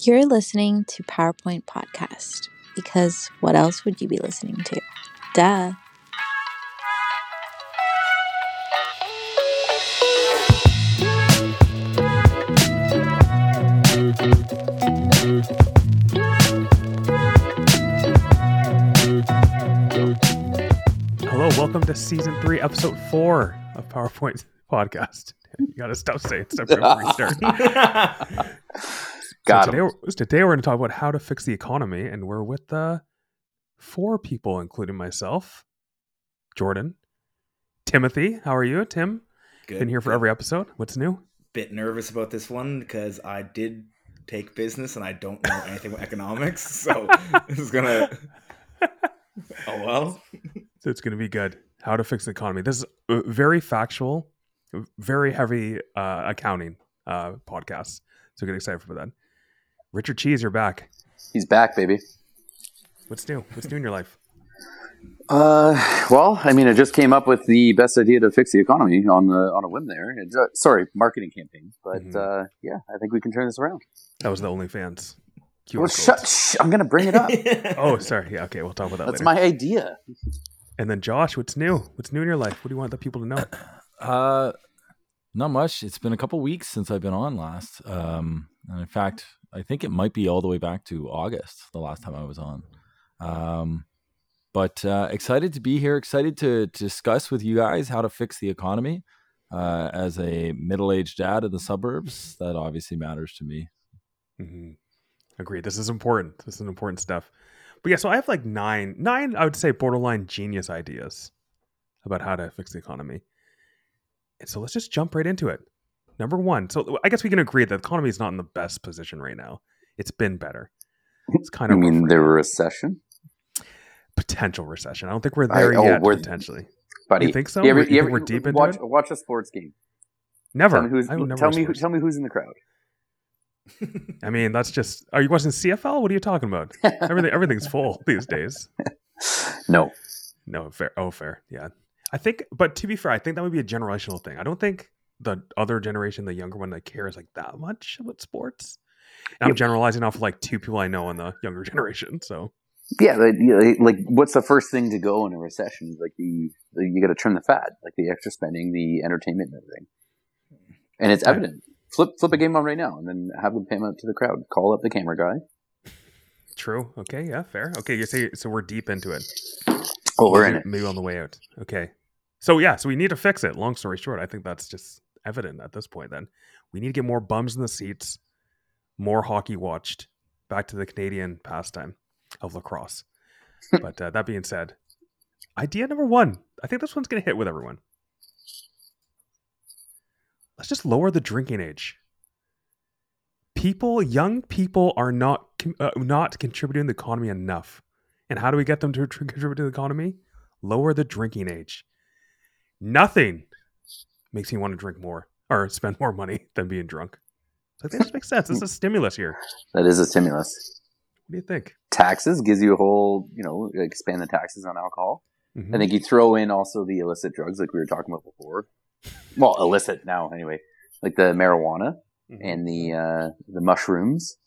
You're listening to PowerPoint Podcast because what else would you be listening to? Duh. Hello, welcome to season three, episode four of PowerPoint podcast. You gotta stop saying stuff before we start. Got so today, we're- today we're gonna talk about how to fix the economy, and we're with uh, four people, including myself, Jordan, Timothy. How are you, Tim? Good. Been here for every episode. What's new? Bit nervous about this one because I did take business and I don't know anything about economics, so this is gonna. Oh well. So it's gonna be good. How to fix the economy. This is uh, very factual, very heavy uh, accounting uh, podcast. So get excited for that. Richard Cheese, you're back. He's back, baby. What's new? What's new in your life? Uh, well, I mean, I just came up with the best idea to fix the economy on the on a whim there. It's, uh, sorry, marketing campaign. But Mhm. uh, yeah, I think we can turn this around. That was the OnlyFans. QR Well, code. shut, shh, I'm going to bring it up. Oh, sorry. Yeah, okay. We'll talk about that That's later. my idea. and then Josh, what's new? What's new in your life? What do you want the people to know? Uh, not much. It's been a couple weeks since I've been on last. Um, and in fact, I think it might be all the way back to August, the last time I was on. Um, but uh, excited to be here. Excited to, to discuss with you guys how to fix the economy. Uh, as a middle-aged dad in the suburbs, that obviously matters to me. hmm Agreed. This is important. This is important stuff. But yeah, so I have like nine, nine, I would say borderline genius ideas about how to fix the economy. And so let's just jump right into it. Number one. So I guess we can agree that the economy is not in the best position right now. It's been better. It's kind I of mean, the recession, potential recession. I don't think we're I- there oh, yet. we're- potentially, buddy. you think so? You ever- You you think ever- we're deep into watch, it? watch a sports game. never. Tell me who's, I would never tell me, risk who, it. tell me who's in the crowd. I mean, that's just. Are you watching CFL? What are you talking about? Everything, everything's full these days. no. No, fair. Oh, fair. Yeah, I think. But to be fair, I think that would be a generational thing. I don't think the other generation, the younger one, that cares like that much about sports. And I'm Yep. generalizing off like two people I know in the younger generation. So Yeah, like, you know, like what's the first thing to go in a recession? Like the, the you got to trim the fat, like the extra spending, the entertainment, and everything. And it's Right. evident. Flip flip a game on right now, and then have them pan out to the crowd. Call up the camera guy. true. Okay. Yeah. Fair. Okay. You say so. We're deep into it. Oh, we're in maybe, it. Maybe on the way out. Okay. So yeah, so we need to fix it. Long story short, I think that's just evident at this point. Then we need to get more bums in the seats, more hockey watched. Back to the Canadian pastime of lacrosse. but uh, that being said, idea number one. I think this one's gonna hit with everyone. Let's just lower the drinking age. People, young people, are not con- uh, not contributing to the economy enough. And how do we get them to tr- contribute to the economy? Lower the drinking age. Nothing makes me want to drink more or spend more money than being drunk. Like that just makes sense. This is stimulus here. What That is a stimulus. do you think? Taxes gives you a whole, you know, expand the taxes on alcohol. Mhm. I think you throw in also the illicit drugs, like we were talking about before. Well, illicit now anyway, like the marijuana Mhm. and the uh, the mushrooms.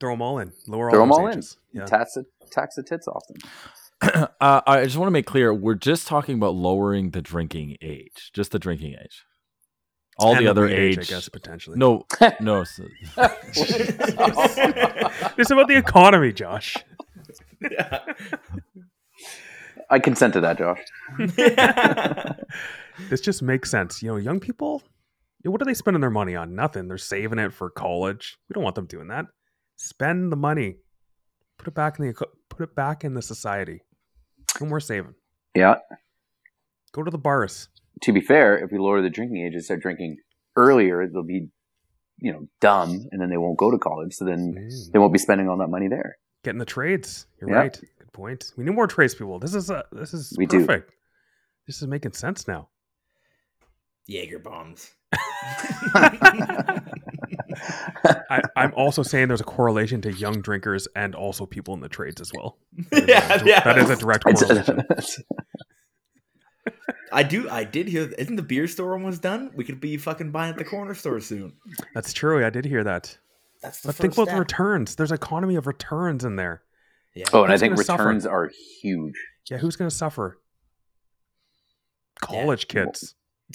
throw them all in. Lower Throw all, 'em those all in. ages. Yeah. Tax the tax the tits off them. uh, I just want to make clear we're just talking about lowering the drinking age, just the drinking age. All And the other weed age, I guess, potentially. no, no, s- it's about the economy, Josh. I consent to that, Josh. This just makes sense. You know, young people, you know, what are they spending their money on? Nothing. They're saving it for college. We don't want them doing that. Spend the money. Put it back in the eco- put it back in the society. No more saving. Yeah. Go to the bars. To be fair, if we lower the drinking age and start drinking earlier, they'll be, you know, dumb, and then they won't go to college. So then Mm. they won't be spending all that money there. Get in the trades. You're Yeah. right. Good point. We need more trades people. This is uh, this is We do. perfect. This is making sense now. Jaeger bombs. I, I'm also saying there's a correlation to young drinkers and also people in the trades as well. yeah, yeah. That is a direct correlation. I do. I did hear. Isn't the beer store almost done? We could be fucking buying at the corner store soon. That's true. I did hear that. That's the But first think about step. the returns. There's economy of returns in there. yeah. Oh, and I Who's think gonna suffer? returns are huge. Yeah, who's going to suffer? College kids.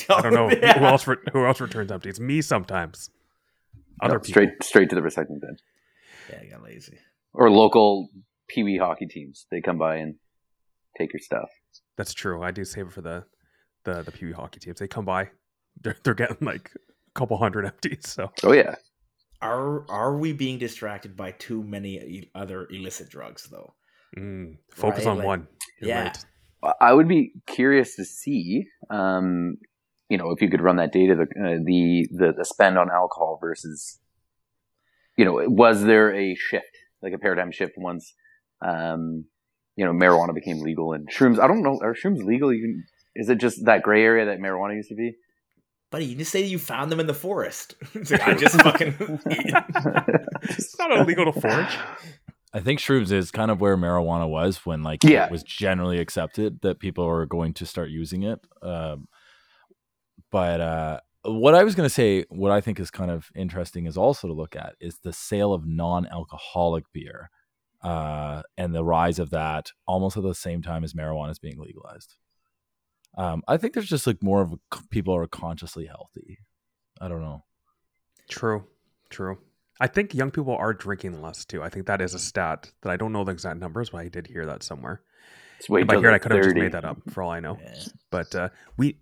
Oh, I don't know yeah. who else. Re- who else returns empty? It's me sometimes. Other No, people. straight straight to the recycling bin Yeah, I got lazy. or local pee wee hockey teams. They come by and take your stuff. That's true. I do save it for the the the PB hockey teams. They come by. They're they're getting like a couple hundred empties. So Oh yeah, Are are we being distracted by too many i- other illicit drugs though? mm, focus Right, on like- one. You're yeah. right. I- I would be curious to see, um, you know, if you could run that data, the, uh, the the the spend on alcohol versus, you know, was there a shift, like a paradigm shift once, um, you know, marijuana became legal and shrooms. I don't know, are shrooms legal? You can, is it just that gray area that marijuana used to be? Buddy, you just say you found them in the forest. It's like, I just fucking It's not illegal to forge. I think shrooms is kind of where marijuana was when like Yeah. it was generally accepted that people are going to start using it. Um, but uh, what I was going to say, what I think is kind of interesting is also to look at is the sale of non-alcoholic beer uh, and the rise of that almost at the same time as marijuana is being legalized. Um, I think there's just like more of a- people are consciously healthy. I don't know. True. True. I think young people are drinking less too. I think that is a stat that I don't know the exact numbers, but I did hear that somewhere. Just wait if I till hear it, they're I could have just 30. made that up for all I know. Yeah. But uh, we,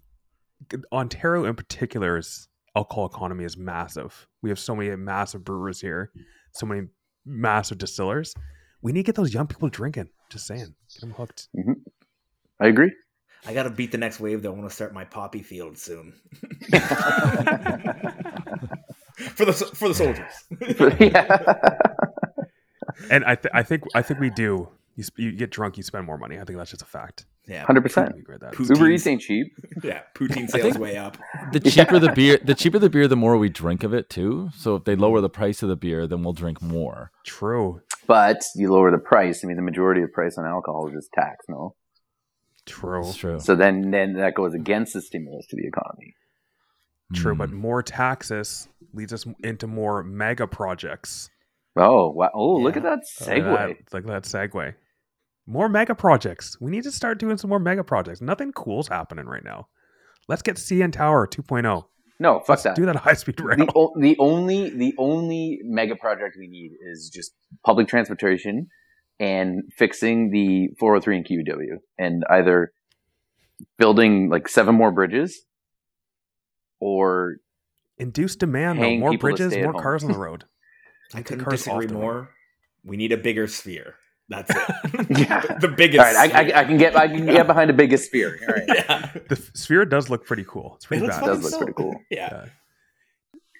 Ontario in particular's alcohol economy is massive. We have so many massive brewers here, so many massive distillers. We need to get those young people drinking. Just saying, get them hooked. I agree. I gotta beat the next wave though. I want to start my poppy field soon. for the for the soldiers. yeah. And I, th- I think, I think we do. You, sp- you get drunk, you spend more money. I think that's just a fact. Yeah, 100%. We agree with that. Poot- Uber Poutine. Eats ain't cheap. yeah. Poutine I sales think- way up. The cheaper the beer, the cheaper the beer, the more we drink of it too. So if they lower the price of the beer, then we'll drink more. True, But you lower the price. I mean, the majority of price on alcohol is just tax, no? true, It's true. So then, then that goes against the stimulus to the economy. true. Mm. But more taxes leads us into more mega projects. Oh, wow. Oh, look at Yeah. that Like segue. that- Like that segue. More mega projects. We need to start doing some more mega projects. Nothing cool's happening right now. Let's get CN Tower 2.0. No, fuck Let's that. do that high speed rail. The, o- the only the only mega project we need is just public transportation and fixing the 403 and QEW and either building like seven more bridges or Induce demand, though. Paying More people to bridges, stay at more home. cars on the road. I Take couldn't cars off disagree the road. more. We need a bigger sphere. That's it. Yeah. the biggest. all right, I, I, I can get I can get behind a biggest spear. All right. yeah. The f- sphere does look pretty cool. It's pretty looks bad. fucking Does look so- pretty cool. Yeah. Uh,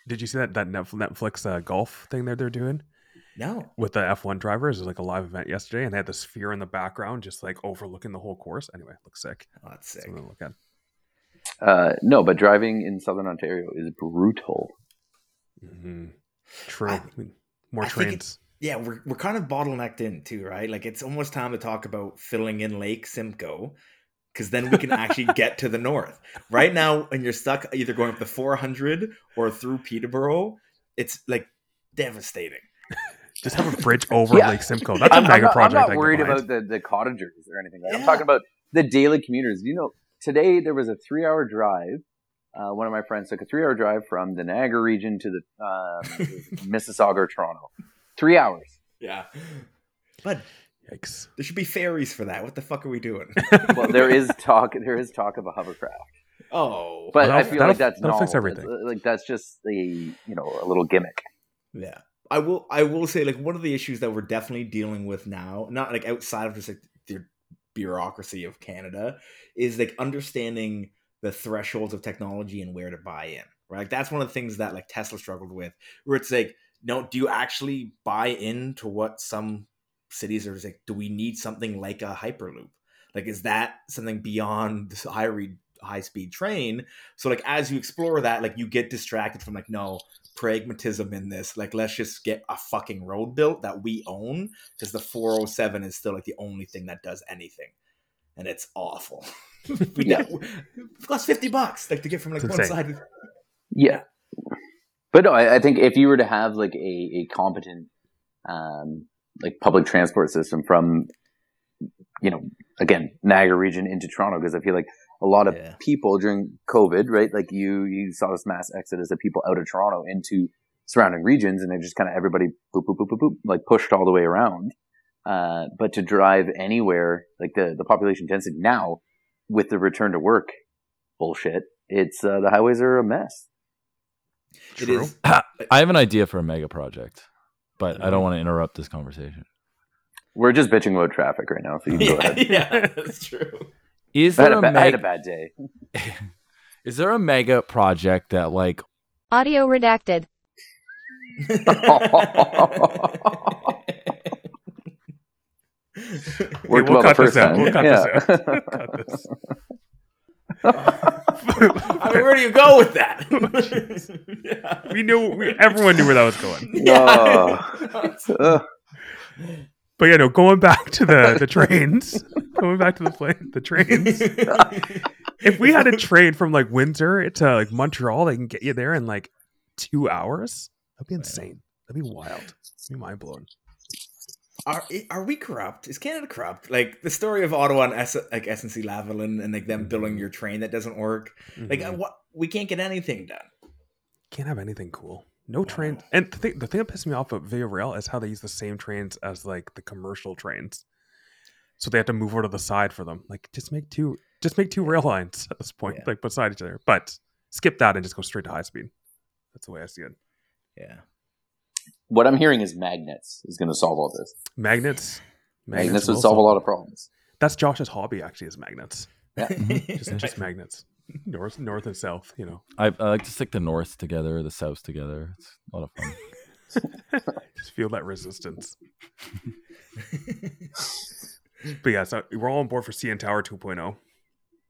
did you see that, that Netf- Netflix uh, golf thing that they're doing No. with the F1 drivers? It was like a live event yesterday, and they had the sphere in the background, just like overlooking the whole course. Anyway, it looks sick. Oh, that's That's sick. what I'm gonna look at. Uh, no, but driving in southern Ontario is brutal. Mhm. True. I- more I think it- trains. Yeah, we're, we're kind of bottlenecked in too, right? Like it's almost time to talk about filling in Lake Simcoe because then we can actually get to the north. Right now, when you're stuck either going up the 400 or through Peterborough, it's like devastating. Just have a bridge over Yeah. Lake Simcoe. That's a I'm, I'm mega not, project. I'm I not can worried find. about the, the cottagers or anything. Right? I'm Yeah. talking about the daily commuters. You know, today there was a three hour drive. Uh, one of my friends took a three hour drive from the Niagara region to the um, Mississauga or Toronto. Three hours. Yeah. But Yikes. there should be ferries for that. What the fuck are we doing? Well, there is talk. There is talk of a hovercraft, oh. but I that'll- feel like that'll- that's that'll novel. fix everything. That's, uh, like that's just a you know a little gimmick. Yeah. I will I will say like one of the issues that we're definitely dealing with now, not like outside of just like the bureaucracy of Canada, is like understanding the thresholds of technology and where to buy in. Right? Like that's one of the things that like Tesla struggled with, where it's like, no, do you actually buy into what some cities are just like, do we need something like a hyperloop? Like is that something beyond this high re- high speed train? So like as you explore that, like you get distracted from like, no, pragmatism in this. Like, let's just get a fucking road built that we own because the 407 is still like the only thing that does anything, and it's awful. we Yeah. don't- it costs fifty bucks like to get from like It's one insane. side. Yeah. But no, I, I think if you were to have like a, a competent um, like public transport system from you know again Niagara region into Toronto, because I feel like a lot of Yeah. people during COVID, right? Like you you saw this mass exodus of people out of Toronto into surrounding regions, and it just kind of everybody boop boop boop boop boop like pushed all the way around. Uh, but to drive anywhere, like the the population density now with the return to work bullshit, it's uh, the highways are a mess. It True. is. I have an idea for a mega project, but I don't Mm. want to interrupt this conversation. We're just bitching about traffic right now, so you can go Yeah, ahead. yeah, that's true. Is I there had, a a, ba- I had a mega, bad day. is there a mega project that like Audio redacted. Worked we'll well the cut this first out. time. We'll cut this Yeah. out. cut this. I mean, where do you go with that? Oh, we knew we, everyone knew where that was going. Yeah. Ugh. But yeah, no, going back to the the trains, going back to the plane, the trains. Uh. If we had a train from like Windsor to like Montreal, they can get you there in like two hours. That'd be insane. That'd be wild. That'd be mind blowing. are are we corrupt? Is Canada corrupt? Like the story of Ottawa and S- like SNC Lavalin and like them building your train that doesn't work. Like Mm-hmm. Mhm. what we can't get anything done. can't have anything cool. No train. And the thing, the thing that pissed me off about Via Rail is how they use the same trains as like the commercial trains. So they have to move over to the side for them. Like just make two, just make two rail lines at this point, Yeah. like beside each other. But skip that and just go straight to high speed. That's the way I see it. Yeah. What I'm hearing is magnets is going to solve all this. Magnets. Magnets, will would solve a lot of problems. That's Josh's hobby, actually, is magnets. mm-hmm. Just, Right. just magnets. North, north, and south. You know, I, I like to stick the north together, the south together. It's a lot of fun. just feel that resistance. But yeah, so we're all on board for CN Tower 2.0,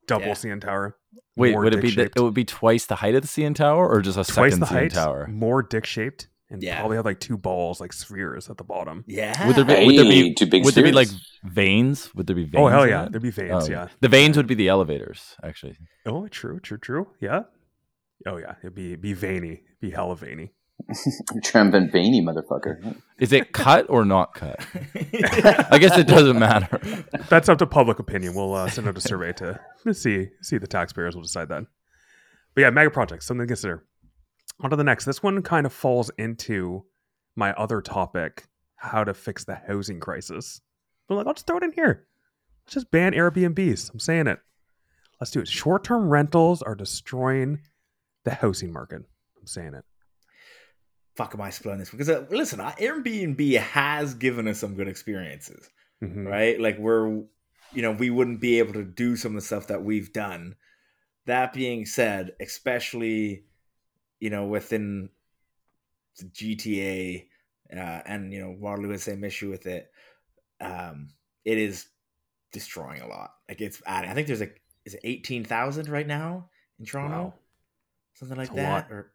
double Yeah. CN Tower. Wait, More would it be the, dick-shaped. it would be twice the height of the CN Tower or just a twice second the CN height, Tower? more dick shaped, and Yeah. probably have like two balls, like spheres at the bottom. yeah. Would there be, Hey, would there be, two big would there be like spheres. veins? Would there be veins? oh hell in yeah, that? there'd be veins. Oh, Yeah. The veins would be the elevators, actually. Oh, true, true, true. Yeah. Oh yeah, it'd be it'd be veiny, it'd be hella veiny. Trembant veiny motherfucker. Is it cut or not cut? I guess it doesn't matter. That's up to public opinion. We'll uh, send out a survey to to see see the taxpayers will decide that. But yeah, mega projects, something to consider. On to the next. This one kind of falls into my other topic: how to fix the housing crisis. But like, I'll just throw it in here. Let's just ban Airbnbs. I'm saying it. Let's do it. Short-term rentals are destroying the housing market. I'm saying it. Fuck am I spoiling this? Because uh, listen, I, Airbnb has given us some good experiences, Mhm. right? Like we're, you know, we wouldn't be able to do some of the stuff that we've done. That being said, especially, you know, within the GTA uh, and you know Waterloo has same issue with it. Um, it is destroying a lot. Like it's adding. I think there's like is it eighteen thousand right now in Toronto, Wow. something like That's a that, lot. or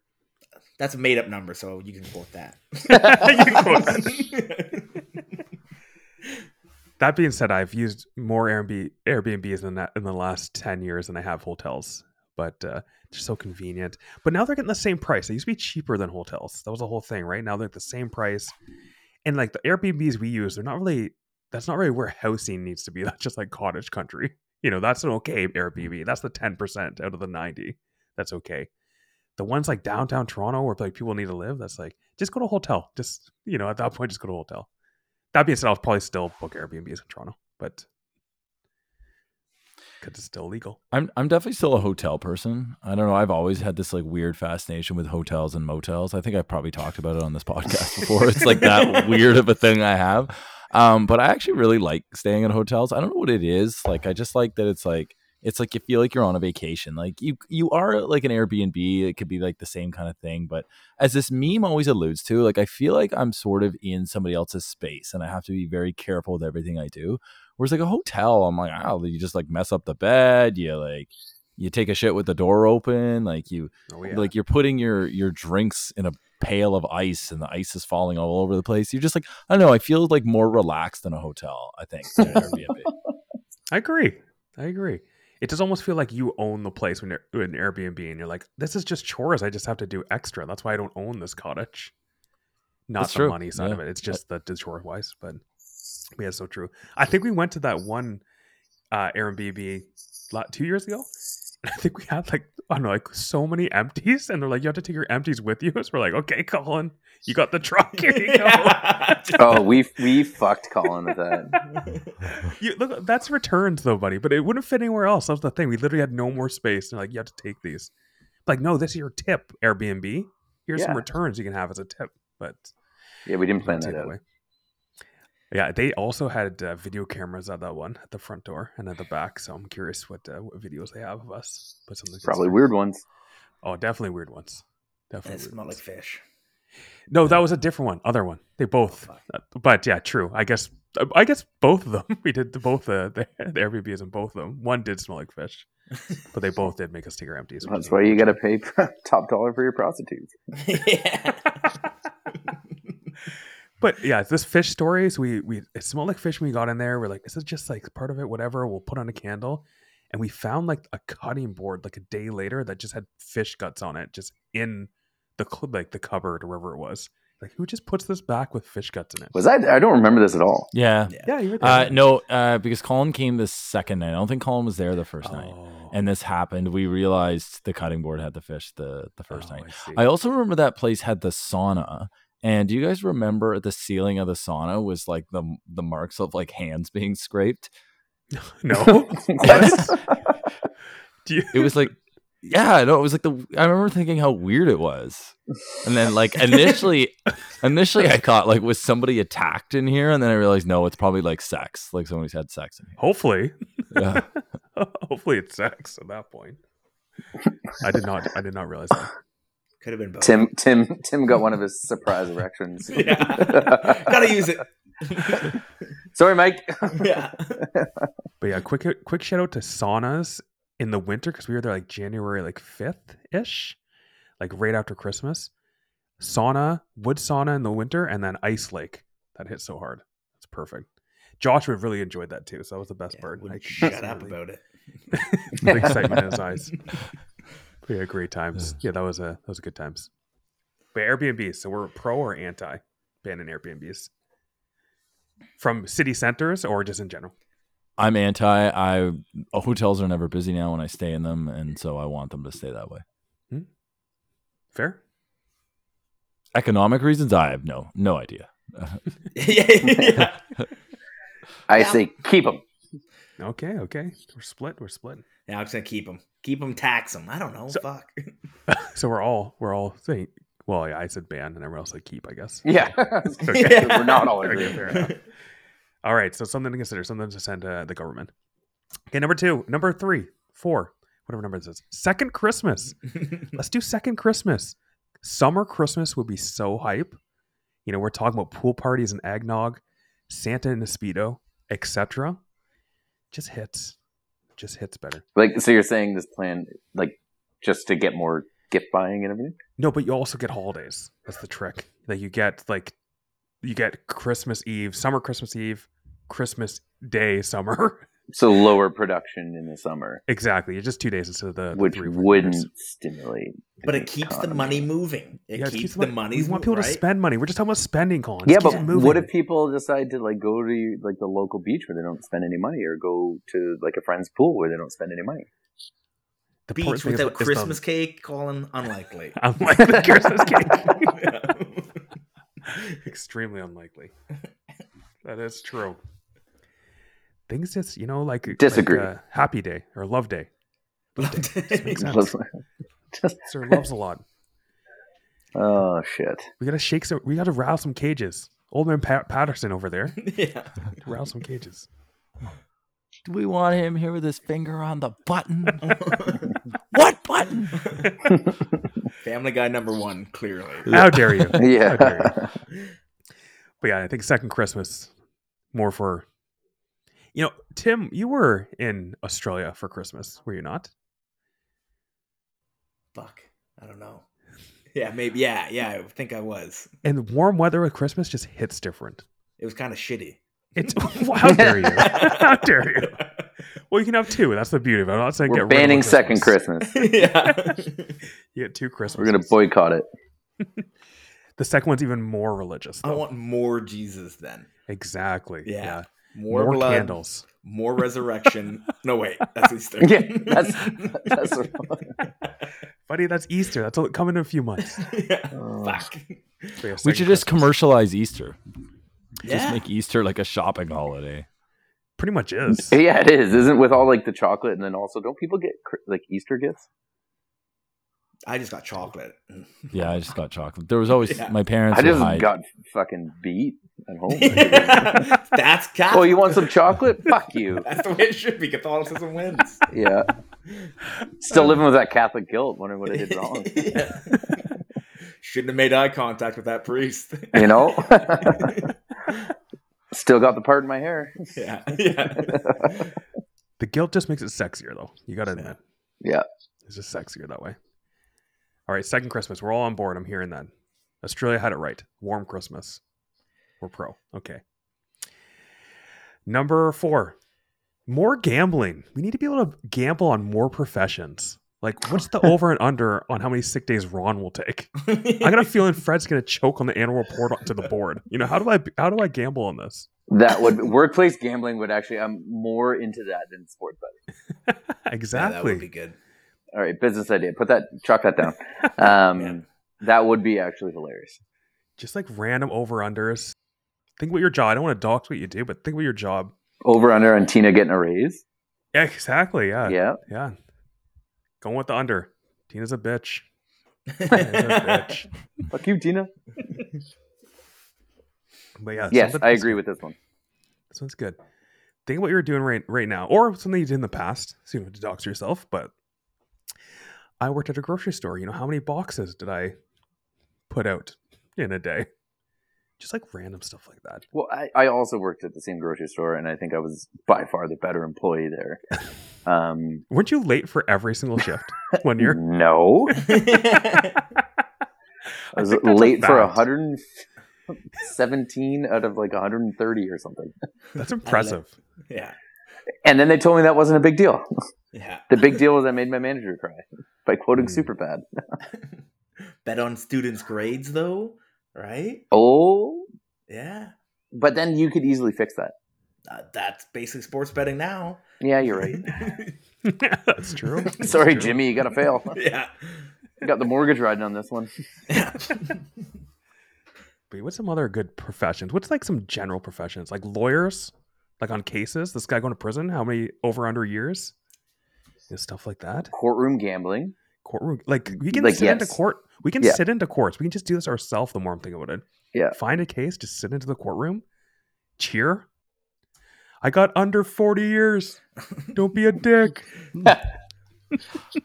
that's a made up number, so you can quote that. You can quote That being said, I've used more Airbnb Airbnbs in the, in the last ten years than I have hotels, but uh, they're so convenient. But now they're getting the same price. They used to be cheaper than hotels. That was the whole thing, right? Now they're at the same price, and like the Airbnbs we use, they're not really. That's not really where housing needs to be. That's just like cottage country. You know, that's an okay Airbnb. That's the ten percent out of the ninety. That's okay. The ones like downtown Toronto where like people need to live, that's like just go to a hotel. Just you know, at that point, just go to a hotel. That being said, I'll probably still book Airbnbs in Toronto, but because it's still legal. I'm I'm definitely still a hotel person. I don't know. I've always had this like weird fascination with hotels and motels. I think I've probably talked about it on this podcast before. it's like that weird of a thing I have. Um, but I actually really like staying at hotels. I don't know what it is. Like I just like that it's like it's like you feel like you're on a vacation. Like you you are like an Airbnb. It could be like the same kind of thing, but as this meme always alludes to, like I feel like I'm sort of in somebody else's space and I have to be very careful with everything I do. Whereas like a hotel, I'm like, oh, you just like mess up the bed, you like you take a shit with the door open, like you Oh yeah, like you're putting your your drinks in a pail of ice and the ice is falling all over the place. You're just like, I don't know, I feel like more relaxed than a hotel, I think. than an Airbnb. I agree. I agree. it does almost feel like you own the place when you're in Airbnb and you're like, this is just chores. I just have to do extra. That's why I don't own this cottage. Not That's the true. money side of Yeah. it. It's just the, the chore wise. But yeah, it's so true. I think we went to that one uh, Airbnb lot two years ago. And I think we had like, I don't know, like so many empties. And they're like, you have to take your empties with you. So we're like, okay, Colin, you got the truck. Here you go. Oh, we we fucked Colin with that. You, look, that's returns though, buddy. But it wouldn't fit anywhere else. That was the thing. We literally had no more space. And like, you have to take these. Like, no, this is your tip, Airbnb. Here's some Yeah. returns you can have as a tip. But Yeah, we didn't plan take that out. away. Yeah, they also had uh, video cameras at that one at the front door and at the back. So I'm curious what uh, what videos they have of us. But something Probably weird ones. Oh, definitely weird ones. and Definitely. it weird smelled like ones. fish. No, that was a different one. Other one. They both. Oh, uh, But yeah, true. I guess. uh, I guess both of them. We did the, both uh, the, the the Airbnbs and both of them. One did smell like fish, but they both did make us take our empties. which That's is why you got to unfortunate. pay top dollar for your prostitutes. yeah. But yeah, this fish story. So we we it smelled like fish when we got in there. We're like, this is just like part of it. Whatever. We'll put on a candle, and we found like a cutting board like a day later that just had fish guts on it, just in the cl- like the cupboard or wherever it was. Like who just puts this back with fish guts in it? Was I? I don't remember this at all. Yeah. Yeah, you were there. Uh, no, uh, because Colin came the second night. I don't think Colin was there the first night. Oh. And this happened. We realized the cutting board had the fish the, the first Oh, night. I, see. I also remember that place had the sauna. And do you guys remember the ceiling of the sauna was like the the marks of like hands being scraped? no. Do you, It was like yeah, no, it was like the I remember thinking how weird it was. And then like initially initially I thought like was somebody attacked in here and then I realized no, it's probably like sex. Like somebody's had sex in hopefully, here. Yeah. hopefully it's sex at that point. I did not. I did not realize that. Could have been both. Tim Tim Tim got one of his surprise erections. Yeah. Gotta use it. Sorry, Mike. yeah. But yeah, quick quick shout out to saunas in the winter because we were there like January like fifth ish, like right after Christmas. Sauna, wood sauna in the winter, and then ice lake. That hit so hard. It's perfect. Josh would have really enjoyed that too. So that was the best Yeah, part. wouldn't I could shut see up really- about it. the excitement in his eyes. But yeah, great times. Yeah, that was a that was good times. But Airbnb, so we're pro or anti banning Airbnbs from city centers or just in general. I'm anti. I hotels are never busy now when I stay in them, and so I want them to stay that way. Fair. Economic reasons, I have no no idea. yeah. I Yeah. say keep him. Okay, okay. We're split. We're split. Now I'm just gonna keep them. Keep them. Tax them. I don't know. So- Fuck. So we're all we're all saying. Well, yeah, I said ban, and everyone else said keep. I guess. Yeah, Okay. Yeah. we're not all Okay, agreeing. fair enough. All right, so something to consider, something to send to the government. Okay, number two, number three, four, whatever number this is. Second Christmas. Let's do second Christmas. Summer Christmas would be so hype. You know, we're talking about pool parties and eggnog, Santa and a speedo, etc. Just hits, just hits better. Like, so you're saying this plan, like, just to get more gift buying and everything? No, but you also get holidays. That's the trick. That you get like, you get Christmas Eve, summer Christmas Eve, Christmas Day, summer. So lower production in the summer, Exactly. It's just two days instead of the, the which three. or four wouldn't years. stimulate. but it keeps the economy. money moving. It Yeah, keeps, keep the money. We want people right? to spend money. We're just talking about spending, Colin. Yeah, Just but keep moving. what if people decide to like go to like the local beach where they don't spend any money, or go to like a friend's pool where they don't spend any money? the poor Beach thing is- without is the- Christmas cake, Colin? Unlikely. Unlikely Christmas cake. Extremely unlikely. That is true. Things just you know like like, Disagree. uh, happy day or love day. Makes sense. Sir loves a lot. oh shit! We gotta shake some. We gotta rouse some cages. Old man Pat- Patterson over there. yeah. Rouse some cages. Do we want him here with his finger on the button? what button? Family Guy number one, clearly. How dare you? How dare you? Yeah, But yeah, I think second Christmas more for you know, Tim, you were in Australia for Christmas, were you not? Fuck. I don't know. Yeah, maybe. Yeah, yeah. I think I was. And warm weather with Christmas just hits different. It was kind of shitty. It's how dare you? How dare you? Well, you can have two. That's the beauty of it. I'm not saying We're get rid of banning the second Christmas. Christmas. yeah. You get two Christmas. We're going to boycott it. the second one's even more religious. I though. want more Jesus then. exactly. Yeah. More, More, blood, candles. more resurrection. no wait, that's Easter. Yeah, that's that's. Buddy, that's Easter. That's all- coming in a few months. yeah. Uh, Fuck. So yeah, We second should just Christmas. commercialize Easter. Just Yeah. make Easter like a shopping holiday. Pretty much is. yeah, it is, isn't it? with all like the chocolate, and then also don't people get cr- like Easter gifts? I just got chocolate. Yeah, I just got chocolate. There was always Yeah. my parents. I would just hide. got fucking beat at home. that's Catholic. oh, you want some chocolate? Fuck you. That's the way it should be. Catholicism wins. Yeah. Still living with that Catholic guilt, wondering what I did wrong. Yeah. Shouldn't have made eye contact with that priest. You know. Still got the part in my hair. yeah, yeah. The guilt just makes it sexier, though. You got to admit. Yeah. It's just sexier that way. All right, second Christmas. We're all on board. I'm hearing that. Australia had it right. Warm Christmas. We're pro. Okay. Number four, more gambling. We need to be able to gamble on more professions. Like, what's the over and under on how many sick days Ron will take? I got a feeling Fred's gonna choke on the annual report onto the board. You know, how do I how do I gamble on this? That would workplace gambling would actually. I'm more into that than sports betting. Yeah, that exactly. would be good. All right, business idea. Put that. Chalk that down. Um, Man. That would be actually hilarious. Just like random over unders. Think about your job. I don't want to dox what you do, but think about your job. Over under on Tina getting a raise. Exactly. Yeah. yeah. Yeah. Going with the under. Tina's a bitch. Tina's a bitch. Fuck you, Tina. But yeah, Yes, something- I agree with this one. This one's good. Think what you're doing right right now, or something you did in the past. So you don't have to dox yourself. But I worked at a grocery store. You know how many boxes did I put out in a day? Just like random stuff like that. Well, I, I also worked at the same grocery store, and I think I was by far the better employee there. Um, Weren't you late for every single shift one year? no, I was think that's a late for fact. 117 out of like 130 or something. That's impressive. yeah, And then they told me that wasn't a big deal. yeah. The big deal was I made my manager cry by quoting Hmm. Superbad. Bet on students' grades though, right? Oh, Yeah, but then you could easily fix that. uh, that's basically sports betting now. Yeah, you're right. That's true. That's Sorry, true. Jimmy, you got to fail. yeah, got the mortgage riding on this one. yeah. But what's some other good professions? What's like some general professions? Like lawyers, like on cases. This guy going to prison? How many over under years? You know, stuff like that. Courtroom gambling. Courtroom. Like we can Like, sit into yes. court. We can Yeah. sit into courts. We can just do this ourselves. The more I'm thinking about it. Yeah. Find a case. Just sit into the courtroom. Cheer. I got under forty years. Don't be a dick.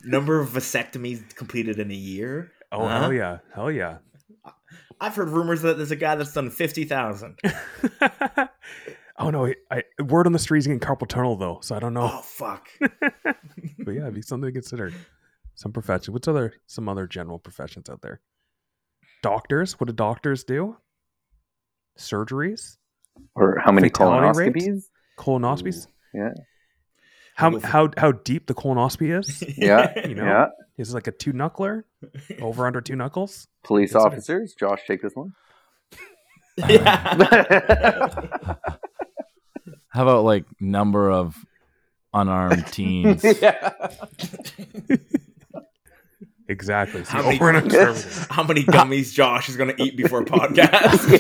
Number of vasectomies completed in a year. Oh Uh-huh. hell yeah, hell yeah. I've heard rumors that there's a guy that's done fifty thousand. oh no, I, I word on the street is getting carpal tunnel though, so I don't know. Oh fuck! but yeah, it'd be something to consider. Some profession. What's other some other general professions out there? Doctors. What do doctors do? Surgeries, Or how many Fatality rate? colonoscopies? colonoscopies. yeah. How We'll- how how deep the colonoscopy is? Yeah. You know, Yeah. is it like a two knuckler over under two knuckles? Police That's right. officers. Josh, take this one. yeah. How about like number of unarmed teens? yeah. Exactly. See, How many- over and under services. How many gummies Josh is going to eat before podcast?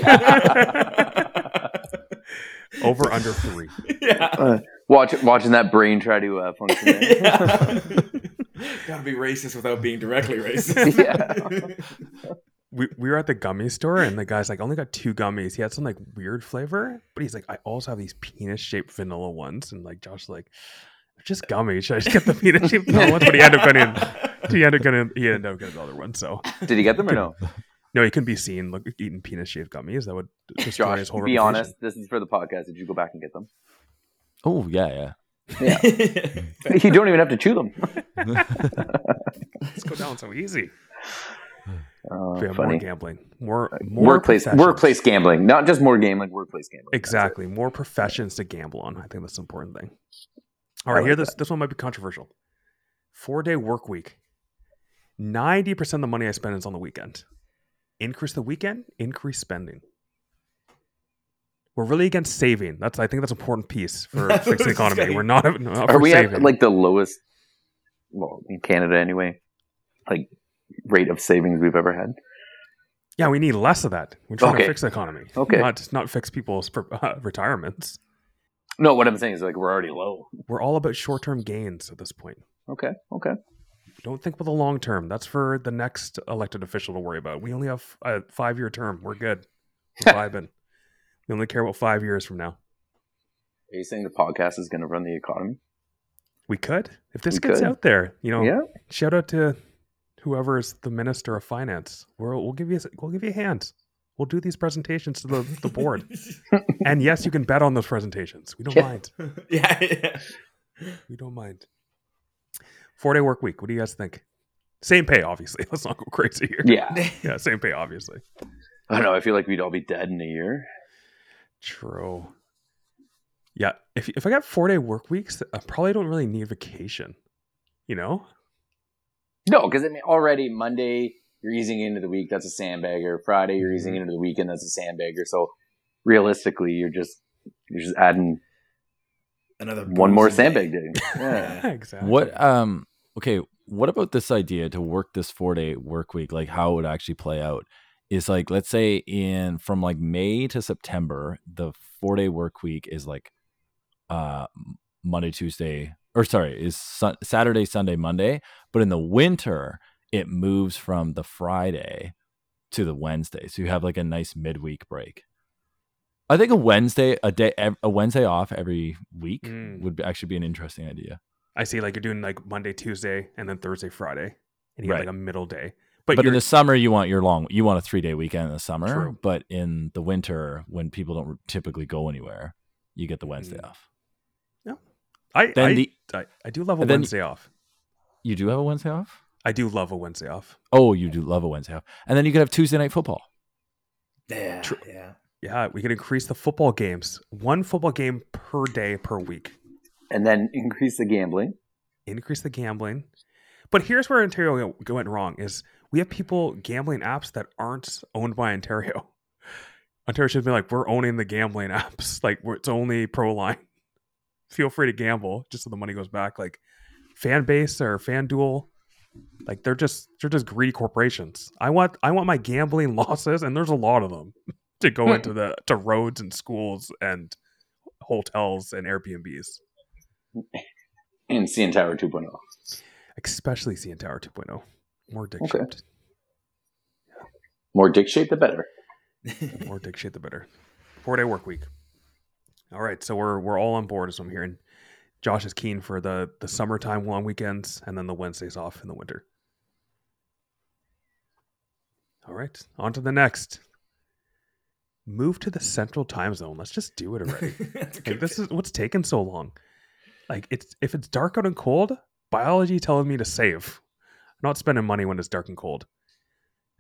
over under three. yeah. Watch, watching that brain try to uh, function. there. yeah. Gotta be racist without being directly racist. Yeah. we, we were at the gummy store and the guy's like, I only got two gummies. He had some like weird flavor, but he's like, I also have these penis shaped vanilla ones. And like Josh was like, they're just gummies. Should I just get the penis shaped vanilla ones? But he ended up getting he ended up getting he ended up getting the other one. So Did he get them or no? no, he couldn't be seen like eating penis shaped gummies. That would destroy Josh, his whole be reputation. honest. This is for the podcast. Did you go back and get them? Oh yeah, You don't even have to chew them. yeah. Let's go down so easy. Oh, We have more funny. Uh, gambling. More, more Workplace, professions. workplace gambling, not just more gambling, workplace gambling. That's it. Exactly. More professions to gamble on. I think that's an important thing. All I right, here like this this one might be controversial. Four day work week. Ninety percent of the money I spend is on the weekend. Increase the weekend, increase spending. We're really against saving. That's I think that's an important piece for That's what fixing the I was economy. gonna- We're not, not Are for we saving. at like the lowest, well, in Canada anyway, like rate of savings we've ever had? yeah, we need less of that. We're trying to Okay. fix the economy, Okay. not not fix people's per- uh, retirements. No, what I'm saying is like we're already low. We're all about short term gains at this point. Okay, okay. Don't think about the long term. That's for the next elected official to worry about. We only have a five year term. We're good. We're vibing. We only care about five years from now. Are you saying the podcast is going to run the economy? We could, if this We gets could. out there, you know. Yeah. Shout out to whoever is the minister of finance. We'll, we'll give you a- we'll give you a hand. We'll do these presentations to the, the board. and yes, you can bet on those presentations. We don't Yeah. mind. yeah, yeah. We don't mind. Four day work week. What do you guys think? Same pay, obviously. Let's not go crazy here. Yeah. yeah same pay, obviously. I don't know. I feel like we'd all be dead in a year. True. Yeah, if if I got four day work weeks, I probably don't really need vacation. You know, No, because I mean, already Monday you're easing into the week. That's a sandbagger. Friday you're Mm-hmm. easing into the weekend. That's a sandbagger. So realistically, you're just you're just adding Another one more bruising sandbag day. day. Yeah. exactly. What um okay, what about this idea to work this 4-day work week like how it would actually play out? Is like let's say in from like May to September, the 4-day work week is like uh Monday, Tuesday, or sorry, is sun- Saturday, Sunday, Monday, but in the winter it moves from the Friday to the Wednesday. So you have like a nice midweek break. I think a Wednesday a day ev- a Wednesday off every week Mm. would actually be an interesting idea. I see, like you're doing like Monday, Tuesday, and then Thursday, Friday, and you get Right. like a middle day. But, But, in you're the summer, you want your long, you want a three day weekend in the summer. True. But in the winter, when people don't typically go anywhere, you get the Wednesday Mhm. off. I, Then I, the I I do love a and then- Wednesday off. you do have a Wednesday off. I do love a Wednesday off. Oh, you do love a Wednesday off, and then you could have Tuesday night football. Yeah, True. yeah. Yeah, we could increase the football games. One football game per day per week. And then increase the gambling. increase the gambling. But here's where Ontario go- went wrong: is we have people gambling apps that aren't owned by Ontario. Ontario should be like, we're owning the gambling apps. Like we're, it's only Proline. Feel free to gamble, just so the money goes back. Like Fanbase or FanDuel, like they're just they're just greedy corporations. I want I want my gambling losses, and there's a lot of them, to go into the to roads and schools and hotels and Airbnbs. And CN Tower oh. 2.0. especially CN Tower 2.0. oh. More dick Okay. shaped. More dick shape, the better. More dick shaped, the better. Four day work week. All right, so we're we're all on board as I'm hearing. Josh is keen for the the summertime long weekends and then the Wednesdays off in the winter. All right, on to the next. Move to the central time zone. Let's just do it already. That's a Like good this is what's taking so long. Like it's if it's dark out and cold, biology telling me to save. I'm not spending money when it's dark and cold.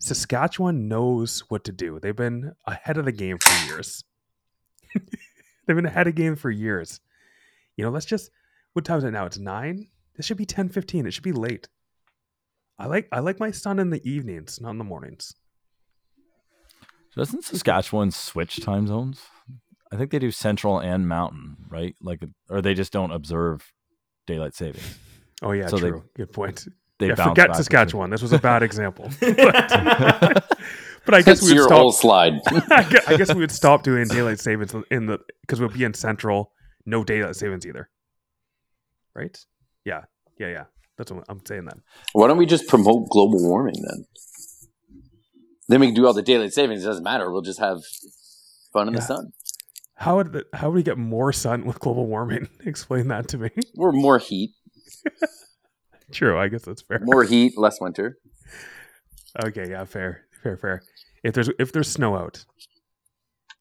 Saskatchewan knows what to do. They've been ahead of the game for years. They've been ahead of game for years. You know, let's just what time is it now? It's nine? This should be ten fifteen. It should be late. I like I like my sun in the evenings, not in the mornings. Doesn't Saskatchewan switch time zones? I think they do Central and Mountain, right? Like, or they just don't observe daylight savings. Oh yeah, So they- true. Good point. They yeah, bounce back forget and forth. Saskatchewan. This was a bad example. But I guess That's we would your whole stop. slide. I gue- I guess we would stop doing daylight savings in the because we'll be in central, no daylight savings either. Right? Yeah, yeah, yeah. That's what I'm saying. That Why don't we just promote global warming then? Then we can do all the daylight savings. It doesn't matter. We'll just have fun in Yeah. the sun. how would the, how would we get more sun with global warming? Explain that to me. We're more heat, True, I guess that's fair. more heat, less winter. Okay, yeah, fair, fair, fair. If there's if there's snow out,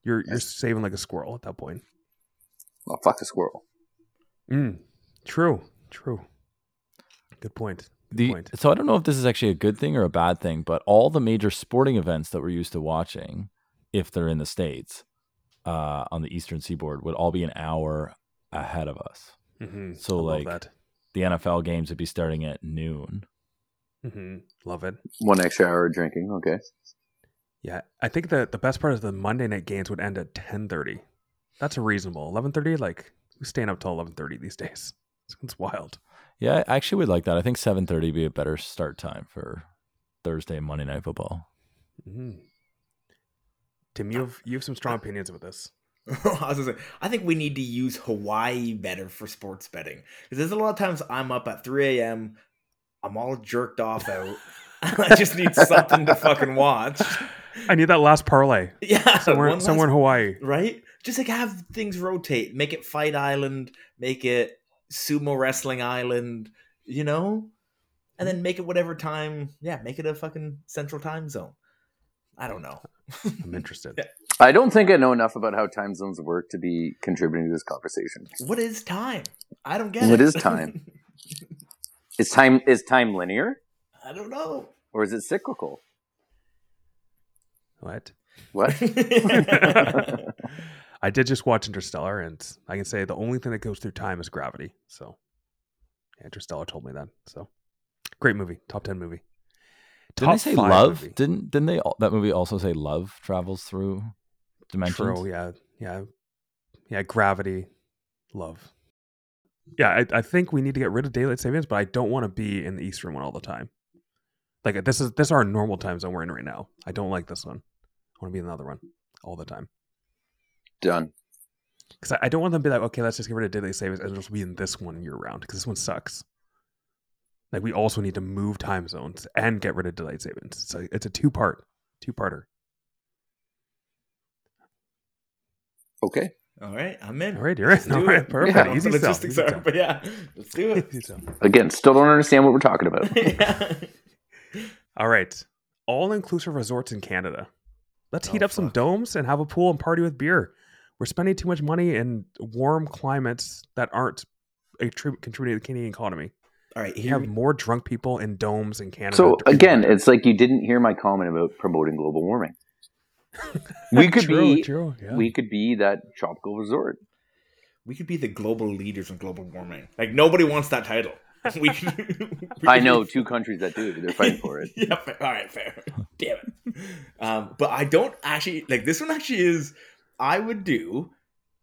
you're you're saving like a squirrel at that point. Well, fuck the squirrel. Mm, true, true. Good point. Good The, point. so I don't know if this is actually a good thing or a bad thing, but all the major sporting events that we're used to watching, if they're in the states, uh, on the Eastern Seaboard, would all be an hour ahead of us. Mm-hmm. So, like- The NFL games would be starting at noon. hmm love it. One extra hour of drinking. Okay. Yeah, I think that the best part is the Monday night games would end at ten thirty. That's reasonable. Eleven thirty, like who's staying up till eleven thirty these days? It's, it's wild. Yeah, I actually would like that. I think 7:30 would be a better start time for Thursday and Monday night football. Mhm. Tim, you have you have some strong opinions about this. I was gonna say, I think we need to use Hawaii better for sports betting because there's a lot of times I'm up at 3 a.m. I'm all jerked off out. I just need something to fucking watch. I need that last parlay Yeah, somewhere one last- somewhere in Hawaii. right? Just like have things rotate. Make it Fight Island. Make it Sumo Wrestling Island. You know, and then make it whatever time. Yeah, make it a fucking Central Time Zone. I don't know. I'm interested. I don't think I know enough about how time zones work to be contributing to this conversation. What is time? I don't get it. What is time? Is time is time linear I don't know. or is it cyclical? What? What? I did just watch Interstellar, and I can say the only thing that goes through time is gravity. So, Interstellar told me that. So, great movie, top ten movie. Didn't they Top say five love? movie. Didn't didn't they al- that movie also say love travels through dimensions? True. Yeah. Yeah. Yeah. Gravity, love. Yeah. I, I think we need to get rid of daylight savings, but I don't want to be in the Eastern one all the time. Like this is this is our normal time zone we're in right now. I don't like this one. I want to be in another one all the time Done. because I, I don't want them to be like, okay, let's just get rid of daylight savings and just be in this one year round because this one sucks. Like we also need to move time zones and get rid of daylight savings. It's a it's a two part two parter. Okay. All right, I'm in. All right, you're in. Let's do All right, it. perfect. Yeah, Easy the sell, logistics easy are, sell. but yeah, let's do it. So- Again, still don't understand what we're talking about. Yeah. All right. All inclusive resorts in Canada. Let's heat Oh, up some fuck. domes and have a pool and party with beer. We're spending too much money in warm climates that aren't attrib- contributing to the Canadian economy. All right, We here have more drunk people in domes in Canada. So during the again, winter. it's like you didn't hear my comment about promoting global warming. We could true, be true. Yeah. we could be that tropical resort. we could be the global leaders in global warming. Like nobody wants that title. We could, we I could know be- two countries that do. They're fighting for it. yeah, fair. all right, fair. Damn it. Um, but I don't actually like this one. Actually, is I would do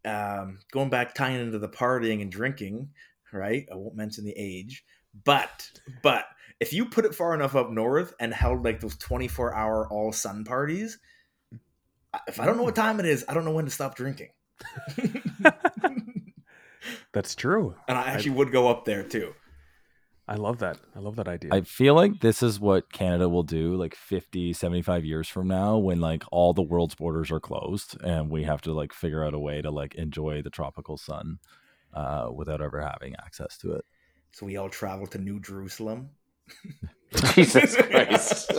um, going back tying into the partying and drinking. Right, I won't mention the age, but but if you put it far enough up north and held like those twenty four hour all sun parties, I- if I don't know what time it is, I don't know when to stop drinking. and That's true. I actually would go up there too. I love that. I love that idea. I feel like this is what Canada will do like 50, 75 years from now when like all the world's borders are closed and we have to like figure out a way to like enjoy the tropical sun uh, without ever having access to it. So we all travel to New Jerusalem. Jesus Christ.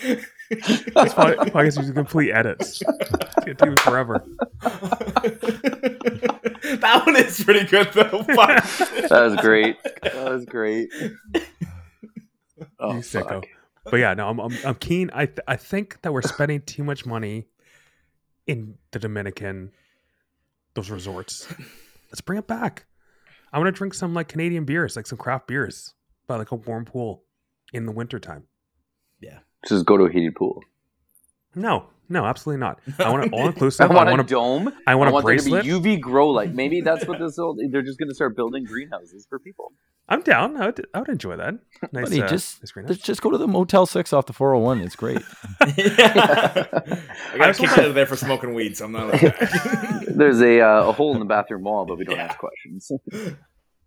This pod- podcast is complete edits. It's gonna do it forever. that one is pretty good though. Fuck. That was great. That was great. Oh, you sicko. fuck. But yeah, no, I'm I'm, I'm keen. I th- I think that we're spending too much money in the Dominican those resorts. Let's bring it back. I want to drink some like Canadian beers, like some craft beers, by like a warm pool in the wintertime. Just go to a heated pool. No, no, absolutely not. I want it all inclusive. I want, I a dome. I want a there to be bracelet. UV grow light. Maybe that's what this old. They're just going to start building greenhouses for people. I'm down. I would, I would enjoy that. Nice. Buddy, uh, just nice greenhouse. let's just go to the Motel Six off the four hundred one. It's great. I I got was kicked like- out of there for smoking weed, so I'm not. allowed back. There's a uh, a hole in the bathroom wall, but we don't Yeah. ask questions.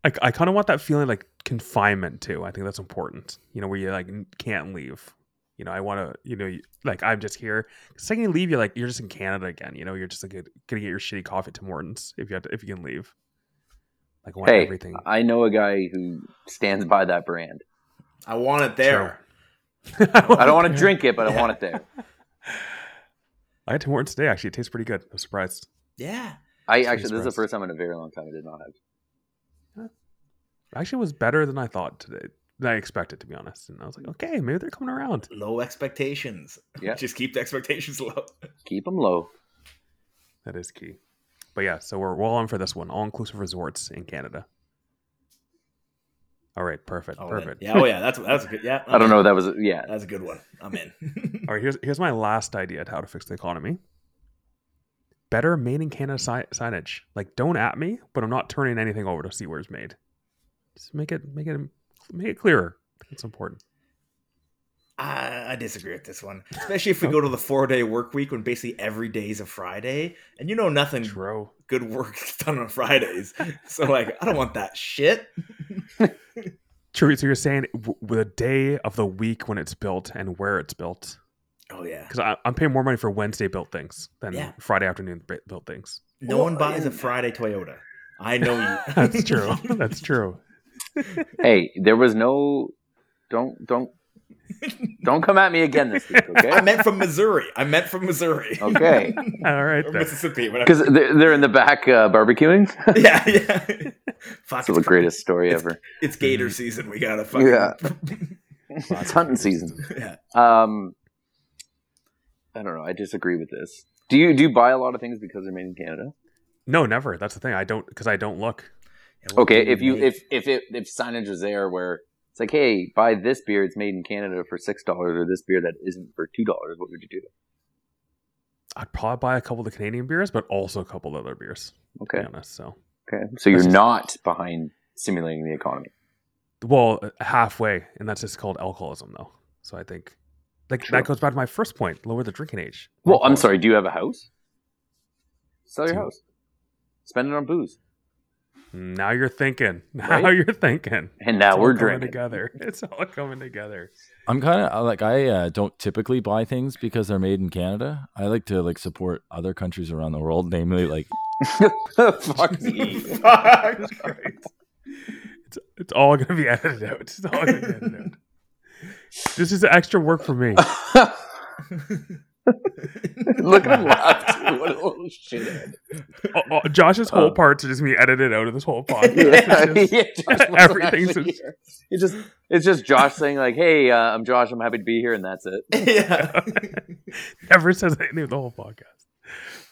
I, I kind of want that feeling like confinement too. I think that's important. You know, where you like n- can't leave. You know, I want to. You know, you, like I'm just here. The second you leave, you're like you're just in Canada again. You know, you're just like gonna get your shitty coffee to Morton's if you have to, if you can leave. Like I want Hey, uh, everything. I know a guy who stands by that brand. I want it there. I don't want to drink it, but I want it there. I had to Morton's today. Actually, it tastes pretty good. I'm surprised. Yeah. I Jesus actually, this is the Christ. first time in a very long time I did not have. Actually, it was better than I thought today than I expected to be honest. And I was like, okay, maybe they're coming around. Low expectations. Yeah. Just keep the expectations low. Keep them low. That is key. But yeah, so we're well on for this one. All inclusive resorts in Canada. All right, perfect, Oh, perfect. Yeah, oh yeah, that's that's a good. Yeah, I don't know. That was yeah. That's a good one. I'm in. All right, here's here's my last idea to how to fix the economy. Better made in Canada si- signage. Like, don't at me, but I'm not turning anything over to see where it's made. Just make it make it make it clearer. It's important. I, I disagree with this one, especially if we go to the four day work week when basically every day is a Friday, and you know nothing True. good work is done on Fridays. So like, I don't want that shit. True. So you're saying w- the day of the week when it's built and where it's built. Oh yeah, Because I'm paying more money for Wednesday built things than Yeah. Friday afternoon b- built things. no one buys a Friday Toyota. I know you. That's true. That's true. Hey, there was no. Don't don't don't come at me again this week, I okay? meant from Missouri. I meant from Missouri. Okay, All right. Or Then. Mississippi, whatever. because they're, they're in the back uh, barbecuing. Yeah, yeah. Fuck, That's the it's- greatest story it's- ever. It's Gator season. We gotta fucking. Yeah. Lots It's of hunting things. season. yeah. Um, I don't know. I disagree with this. Do you do you buy a lot of things because they're made in Canada? No, never. That's the thing. I don't because I don't look. Okay, if you if if it, if signage was there where it's like, hey, buy this beer, it's made in Canada for six dollars, or this beer that isn't for two dollars, what would you do? I'd probably buy a couple of the Canadian beers, but also a couple of other beers. To Okay, be honest, so okay. So you're That's just- not behind simulating the economy. well halfway, and that's just called alcoholism, though. So I think like Sure. that goes back to my first point: lower the drinking age. Well, I'm sorry. Do you have a house? Sell your Do- house. Spend it on booze. Now you're thinking. Now Right? you're thinking. And now It's all we're coming drinking. together. It's all coming together. I'm kind of like I uh, don't typically buy things because they're made in Canada. I like to like support other countries around the world, namely like Fuck me. Jesus Christ. It's, it's all gonna be edited out. It's all gonna be edited out. This is extra work for me. Look at that. What a little shithead. Oh, oh, Josh's whole Um, parts are just me edited out of this whole podcast. It's yeah, just- yeah, Josh wasn't everything's actually just- here. It's just it's just Josh saying like, "Hey, uh, I'm Josh. I'm happy to be here," and that's it. yeah. never says anything of the whole podcast.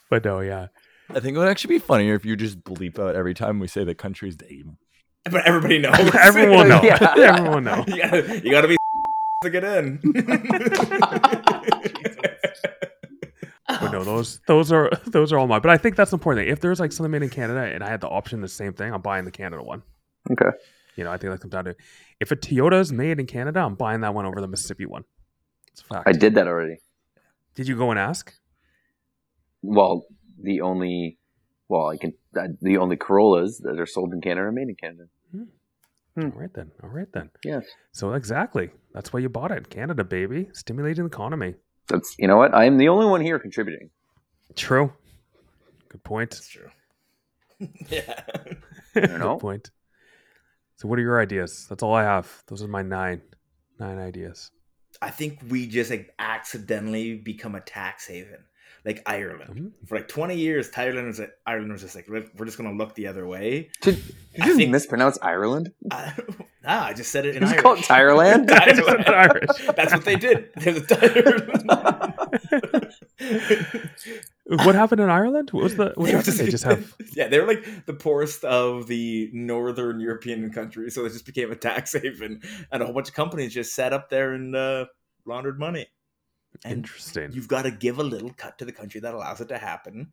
But no, yeah. I think it would actually be funnier if you just bleep out every time we say the country's name. But everybody knows. Everyone will know. Yeah. Everyone will know. you, gotta, you gotta be to get in. But no, those those are those are all mine. But I think that's the important thing. If there's like something made in Canada and I had the option the same thing, I'm buying the Canada one. Okay. You know, I think that comes down to if a Toyota is made in Canada, I'm buying that one over the Mississippi one. It's a fact. I did that already. Did you go and ask? Well, the only well, I can uh, the only Corollas that are sold in Canada are made in Canada. Hmm. All right then. All right then. Yes, So exactly. That's why you bought it. Canada, baby. Stimulating the economy. that's you know what. I am the only one here contributing. True. Good point. That's true. yeah. Good know? point. So, what are your ideas? That's all I have. Those are my nine, nine ideas. I think we just like accidentally become a tax haven, like Ireland. Um, For like 20 years, Ireland was Ireland was just like "Look, we're just gonna look the other way. Did, I you think- mispronounce Ireland? I, nah, I just said it in It's Irish. called Tireland? It's not Irish. That's what they did. There's a Ireland. Uh, What happened in Ireland? What was the? What They were happened? They just have. yeah, they were like the poorest of the northern European countries, so it just became a tax haven, and a whole bunch of companies just sat up there and uh, laundered money. And Interesting. you've got to give a little cut to the country that allows it to happen,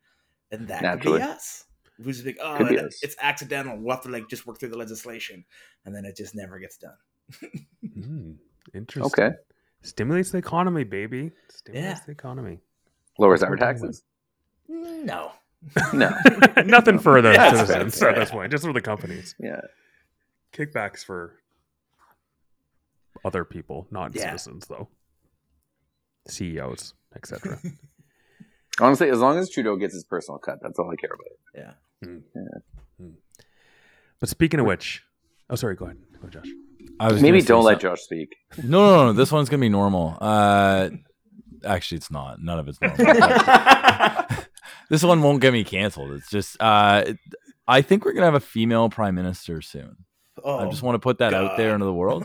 and that Naturally. could be us. We just like, oh, Could be it- us. it's accidental. We'll have to like just work through the legislation, and then it just never gets done. Mm, interesting. Okay, Stimulates the economy, baby. Stimulates Yeah. the economy. lowers our taxes. No, No, Nothing further Yeah, to that's the fair. sense at this point. Just for the companies. yeah, Kickbacks for other people, not Yeah. citizens though. E CEOs, etc. honestly, as long as Trudeau gets his personal cut, that's all I care about. but speaking of which, oh sorry, go ahead, go Josh. I was Maybe gonna say don't let something- Josh speak. No, no, no. This one's gonna be normal. Uh, actually, it's not. None of it's normal. this one won't get me canceled. It's just. Uh, it- I think we're gonna have a female prime minister soon. oh, I just want to put that out there God. into the world.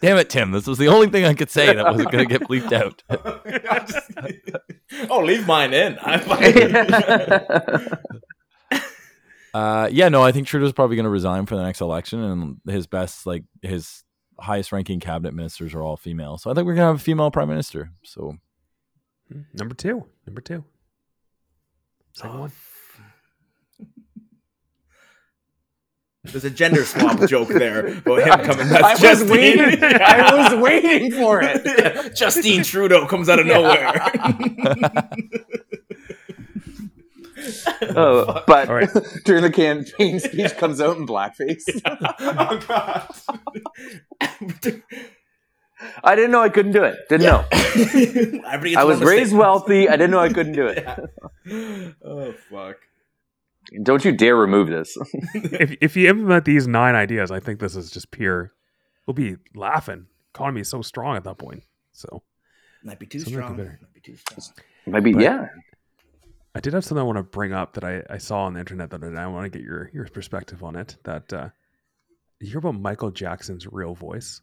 Damn it, Tim. This was the only thing I could say that wasn't going to get bleeped out. I'm just- oh, oh, leave mine in. I'm fine. yeah, Uh, yeah, no, I think Trudeau's probably going to resign for the next election, and his best, like his highest ranking cabinet ministers are all female. So I think we're going to have a female prime minister. So Number two. Number two. Second one. There's a gender swap joke there about him coming. I was That's Justine. waiting- I was waiting for it. Yeah, Justine Trudeau comes out of nowhere. oh, but All right. during the campaign speech comes out in blackface. oh god. I didn't know I couldn't do it. Didn't know. Everybody gets I one was mistake. raised wealthy. I didn't know I couldn't do it. Yeah. Oh fuck. Don't you dare remove this. if if you implement these nine ideas, I think this is just pure. We'll be laughing. Economy is so strong at that point. So Might be too Something strong. better. Might be too strong. Maybe But- yeah. I did have something I want to bring up that I, I saw on the internet that I want to get your your perspective on it. That uh, you hear about Michael Jackson's real voice.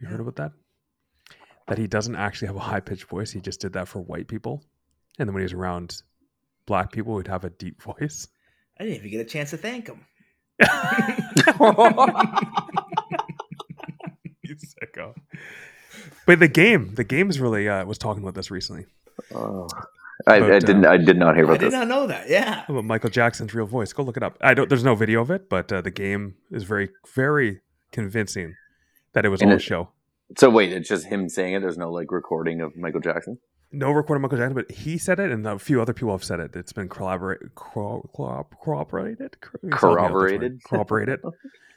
You heard about that? That he doesn't actually have a high pitched voice. He just did that for white people, and then when he was around black people, he'd have a deep voice. I didn't even get a chance to thank him. Oh. You sicko. But the game, the game's really uh, was talking about this recently Oh. I, I But, uh, didn't. I did not hear I about did this. not know that. Yeah. about Michael Jackson's real voice. Go look it up. I don't. There's no video of it, but uh, the game is very, very convincing that it was And all it- a show. So wait, it's just him saying it. There's no like recording of Michael Jackson. No recording Michael Jackson, but he said it, and a few other people have said it. It's been corroborate, corro- corro- corroborated, Cor- it's not me out, that's right. Corroborated. corroborated.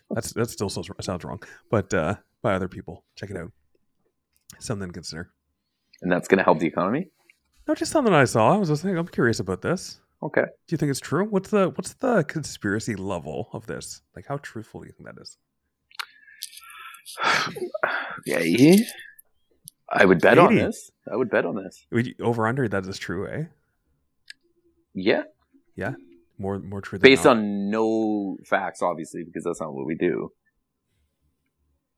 That's that still sounds sounds wrong, but uh, by other people. Check it out. Something to consider. And that's going to help the economy. No, just something I saw. I was just thinking, I'm curious about this. Okay. Do you think it's true? What's the what's the conspiracy level of this? Like, how truthful do you think that is? Yeah. he- I would bet on Maybe. this. I would bet on this. We- Over under that is true, eh? Yeah. More more true. Than Based not. on no facts, obviously, because that's not what we do.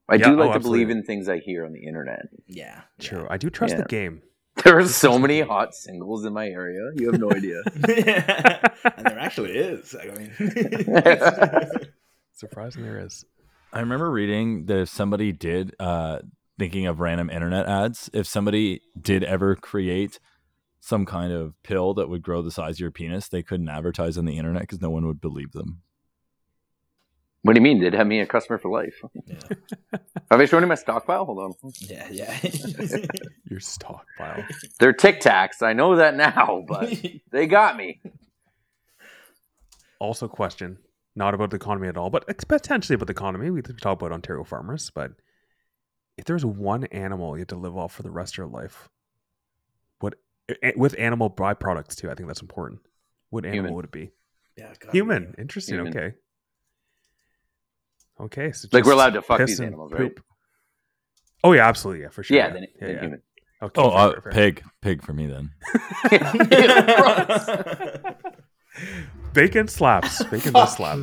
I Yeah, do like oh, to believe absolutely. in things I hear on the internet. Yeah. true, I do trust Yeah. the game. There are so many hot singles in my area. You have no idea. and there actually is. I mean, Surprising there is. I remember reading that if somebody did, uh, thinking of random internet ads, if somebody did ever create some kind of pill that would grow the size of your penis, they couldn't advertise on the internet because no one would believe them. What do you mean? Did have me a customer for life? Yeah. Have I shown you my stockpile? Hold on. yeah, yeah. Your stockpile. They're Tic Tacs. I know that now, but they got me. also, question not about the economy at all, but it's potentially about the economy. We could talk about Ontario farmers, but if there's one animal you have to live off for the rest of your life, what a- with animal byproducts too? I think that's important. What animal Human. would it be? Yeah, God, Human. Interesting. Human. Okay. Okay. So Like, we're just allowed to fuck piss these and animals, right? poop. Oh yeah, absolutely. Yeah, for sure. yeah, then, then human. Okay, Oh, fair, uh, fair, fair. pig, pig for me then. Bacon slaps. Bacon does slap.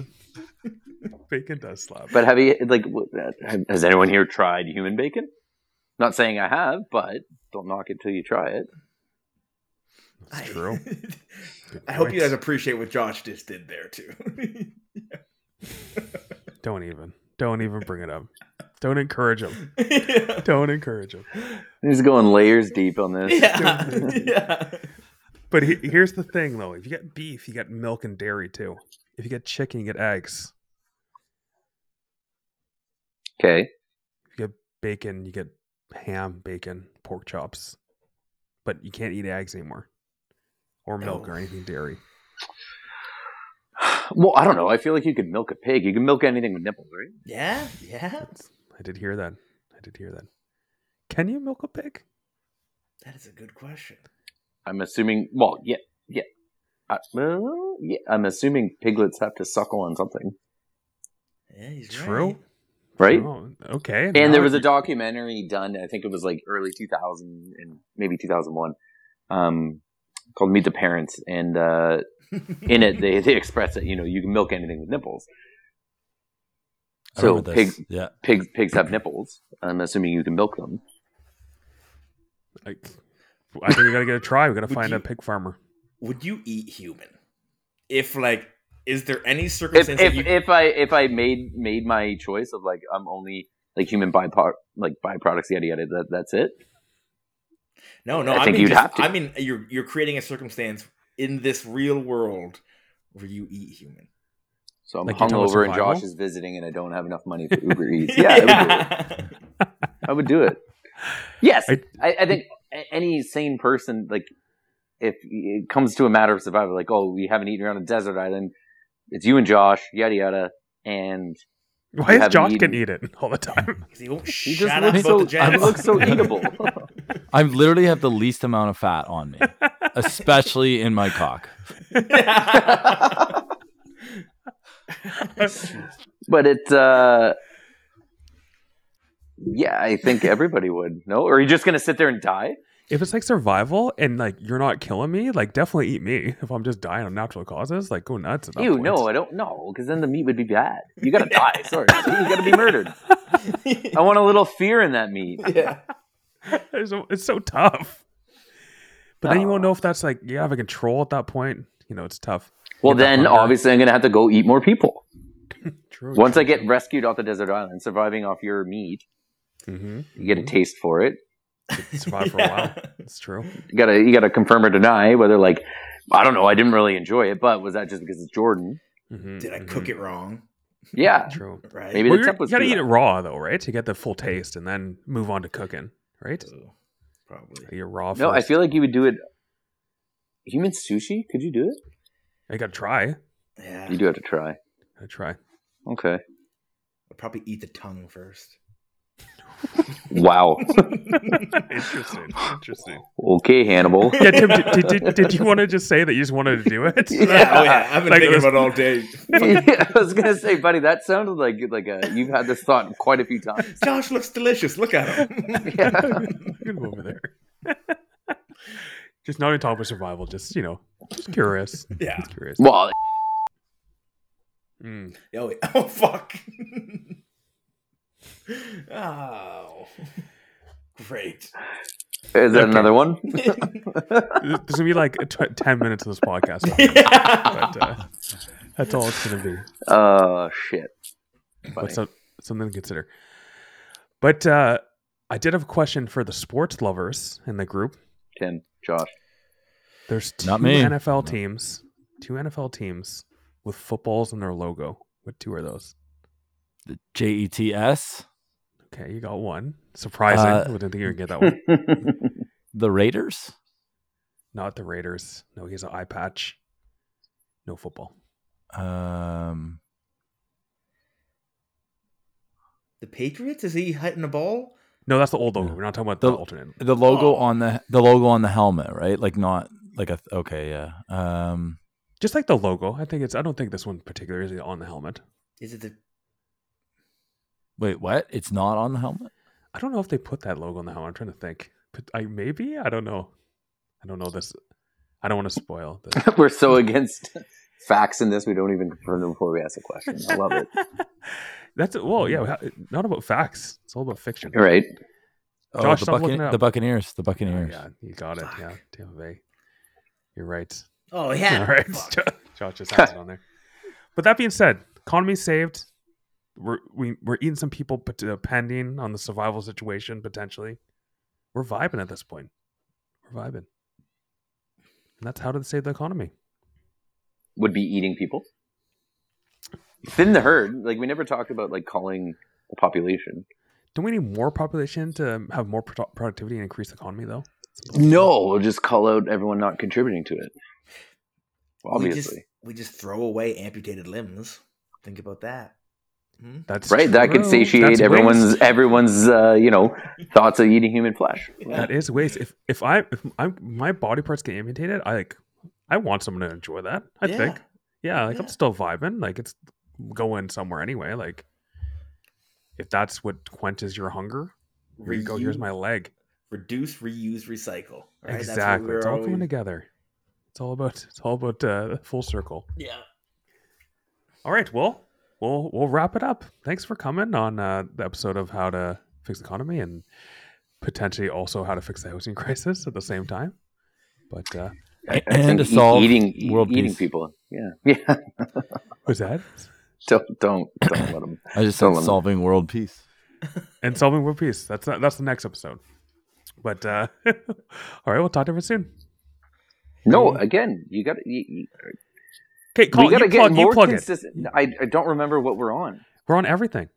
Bacon does slap. But have you like? what- Has anyone here tried human bacon? Not saying I have, but don't knock it till you try it. That's true. Good I hope point. you guys appreciate what Josh just did there too. Don't even. Don't even bring it up. Don't encourage him. Don't encourage him. He's going layers deep on this. yeah, yeah. But he, here's the thing, though. If you get beef, you get milk and dairy too. If you get chicken, you get eggs. Okay, If you get bacon, you get ham, bacon, pork chops. But you can't eat eggs anymore, or milk, Oh. or anything dairy. Well, I don't know. I feel like you could milk a pig. You can milk anything with nipples, right? Yeah, yeah. I did hear that. I did hear that. Can you milk a pig? That is a good question. I'm assuming. Well, yeah, yeah. I, well, yeah. I'm assuming piglets have to suckle on something, Yeah, he's True. right? right. Oh, okay. And there now was a you- documentary done. I think it was like early 2000 and maybe 2001, um, called "Meet the Parents," and uh, in it they they express that you know you can milk anything with nipples. I So remember this. pig- yeah, Pigs pigs have nipples. I'm assuming you can milk them. like, I think we gotta get a try. We gotta Would find a you- pig farmer. Would you eat human? If like, is there any If circumstance if, that you if I if I made made my choice of like I'm only like human byproduct like byproducts yada yada that that's it. No, no. I I, think mean, you'd just- have to. I mean, you're you're creating a circumstance in this real world where you eat human. So I'm Like you're talking about hungover and survival? Josh is visiting and I don't have enough money for Uber Eats. Yeah, I would do it. I would do it. Yes, I, I- I, think a- any sane person, like, if it comes to a matter of survival, like, oh, we haven't eaten around a desert island. It's you and Josh, yada yada, and Why is haven't Josh eaten- can eat it all the time? 'Cause he won't he shut just up looks about so the he jets. looks so eatable. I literally have the least amount of fat on me, especially in my cock. but it, uh, yeah, I think everybody would. No, or are you just gonna sit there and die? if it's like survival and like you're not killing me, like definitely eat me. If I'm just dying of natural causes, like go nuts. At that Ew, point. no, I don't know, because then the meat would be bad. You gotta die. Sorry, you gotta be murdered. I want a little fear in that meat. yeah. it's, so, it's so tough. But then you won't No. know if that's like you have a control at that point. You know, it's tough. Well, Get that then hunger. obviously I'm gonna have to go eat more people. True. Once I get rescued off the desert island, surviving off your meat, hmm you get a taste for it. survive for a while, it's true. You gotta you gotta confirm or deny whether like I don't know, I didn't really enjoy it, but was that just because it's Jordan? Mhm, Did I mhm. cook it wrong? Yeah. True. Right. Maybe Well, the you're- tip you was gotta too eat it low. raw though, right? To get the full taste, and then move on to cooking, right? So, probably. Eat it raw. No, I first. feel like you would do it. Human sushi? Could you do it? I gotta try. Yeah. You do have to try. I try. Okay. I'd probably eat the tongue first. Wow. Interesting. Interesting. okay, Hannibal. Yeah, Tim. Did, did, did, did you want to just say that you just wanted to do it? Yeah. Oh yeah, I've been Like thinking this- about it all day. I was gonna say, buddy, that sounded like like a you've had this thought quite a few times. Josh looks delicious. Look at him. Yeah. Get him over there. just not on top of survival. Just you know, just curious. yeah. Just curious. Well, Mm. Oh, wait. oh fuck. oh. Great. is that another one? There's gonna be like t- ten minutes of this podcast, but uh, that's all it's gonna be. Uh, shit. But so, something to consider. But uh, I did have a question for the sports lovers in the group. Tim, Josh. There's two Not me. NFL No. teams, two NFL teams with footballs in their logo. What two are those? The Jets, Okay, you got one. Surprising. Uh, I didn't think you would get that one. the Raiders. Not the Raiders. No, he has an eye patch. No football. Um, The Patriots? Is he hitting a ball? No, that's the old logo. No. We're not talking about the, The- alternate. the logo Oh. on the the logo on the helmet, right? Like not like a okay, yeah. Um, Just like the logo. I think it's. I don't think this one in particular is on the helmet. Is it the wait, what? It's not on the helmet. I don't know if they put that logo on the helmet. I'm trying to think. But I maybe I don't know. I don't know this. I don't want to spoil this. We're so against facts in this, we don't even confirm them before we ask a question. I love it. That's well, yeah. we ha- Not about facts. It's all about fiction. All right. Oh, Josh, the, stop looking Bucca- it up. the Buccaneers, Oh, the Buccaneers. yeah, you got it. Yeah, Fuck. Tampa Bay. You're right. Oh yeah. All right, Fuck. Jo- Josh just has it on there. But that being said, economy saved. We're we, we're eating some people, but depending on the survival situation, potentially, we're vibing at this point. We're vibing, and that's how to save the economy. Would be eating people. Thin the herd. Like we never talked about like calling the population. Don't we need more population to have more pro- productivity and increase the economy, though? No, we'll just call out everyone not contributing to it. We just, Obviously. we just throw away amputated limbs. Think about that. Hmm? That's Right, that could true. satiate Oh, That's everyone's waste. everyone's uh, you know thoughts of eating human flesh. That is waste. If if I if I'm, my body parts get amputated, I like I want someone to enjoy that. I Yeah. think. Yeah, like I'm Yeah. still vibing. Like it's going somewhere anyway. Like if that's what quenches your hunger, here you go. Here's Reuse- my leg. reduce, reuse, recycle. Right? That's what exactly. we're It's all always- coming together. It's all about it's all about uh, full circle. Yeah. All right. Well, we'll we'll wrap it up. Thanks for coming on uh, the episode of How to Fix the Economy and potentially also how to fix the housing crisis at the same time. But uh, A- and to solve eating e- world eating peace. people. Yeah, yeah. was that don't don't don't let them. I just Don't said let me- solving world peace. and solving world peace? That's that's the next episode. But uh, all right, we'll talk to everyone soon. No, again, you got to. Okay, We Colin, got you to get plug, you more plug it. consistent. I, I don't remember what we're on. We're on everything.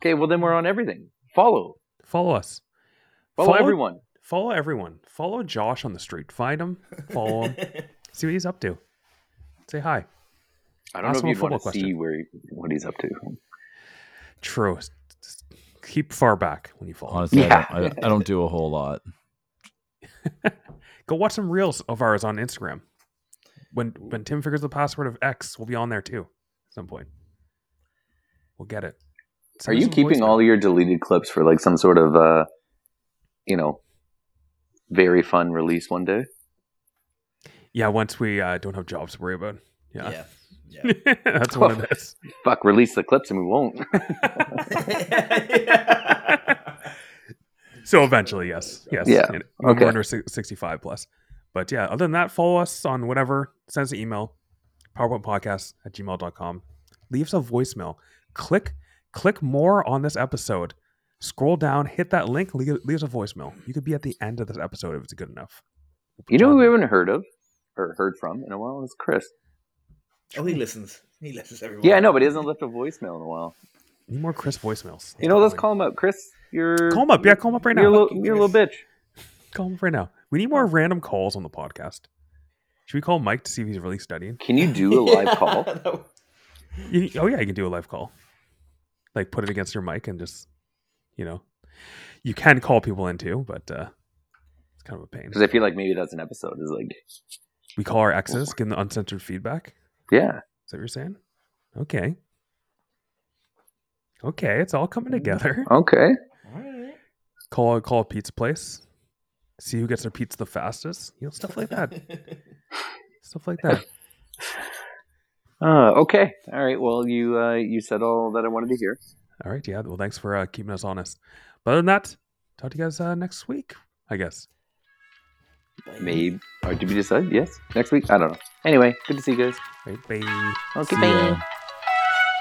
Okay, well then we're on everything. Follow, Follow us. follow, everyone. Follow everyone. Follow Josh on the street. Find him. Follow him. see what he's up to. Say hi. I don't know Ask if him a you want football to see question. where he, what he's up to. True. S- s- Keep far back when you follow. him. Honestly, Yeah. I, don't, I, I don't do a whole lot. Go watch some reels of ours on Instagram. When when Tim figures the password of X, we'll be on there too at some point. We'll get it. Are Send us you some keeping voicemail. all your deleted clips for like some sort of, uh, you know, very fun release one day? Yeah, once we uh, don't have jobs to worry about. Yeah. yeah. Yeah. That's one of this. Fuck, release the clips and we won't. So eventually, yes, yes, Yeah, And When okay. we're under si- sixty-five plus, but yeah. Other than that, follow us on whatever. Send us an email, powerpointpodcast at gmail.com. Leave us a voicemail. Click, click more on this episode. Scroll down, hit that link. Leave, leave us a voicemail. You could be at the end of this episode if it's good enough. you know who we haven't heard of or heard from in a while? It's Chris. oh, he listens. He listens everyone. Yeah, I know, but he hasn't left a voicemail in a while. Need more Chris voicemails. You know, let's call him up. Chris, you're. Call him up. Yeah, call him up right now. You're a little, Fuck you, you're a little Chris. bitch. Call him right now. We need more random calls on the podcast. Should we call Mike to see if he's really studying? Can you do a live call? You, oh yeah, you can do a live call. Like put it against your mic and just, you know, you can call people in too, but uh, it's kind of a pain. Because I feel like maybe that's an episode. Is like, We call our exes, give them the uncensored feedback. yeah, Is that what you're saying? Okay. Okay, it's all coming together. okay. All right. Call call a pizza place. See who gets their pizza the fastest. You know, stuff like that. stuff like that. Uh, okay. All right. Well, you uh, you said all that I wanted to hear. All right, yeah. Well, thanks for uh, keeping us honest. But other than that, talk to you guys uh, next week, I guess. Maybe. Or did we decide? Yes. Next week? I don't know. Anyway, good to see you guys. Right, bye. Okay, See bye. ya.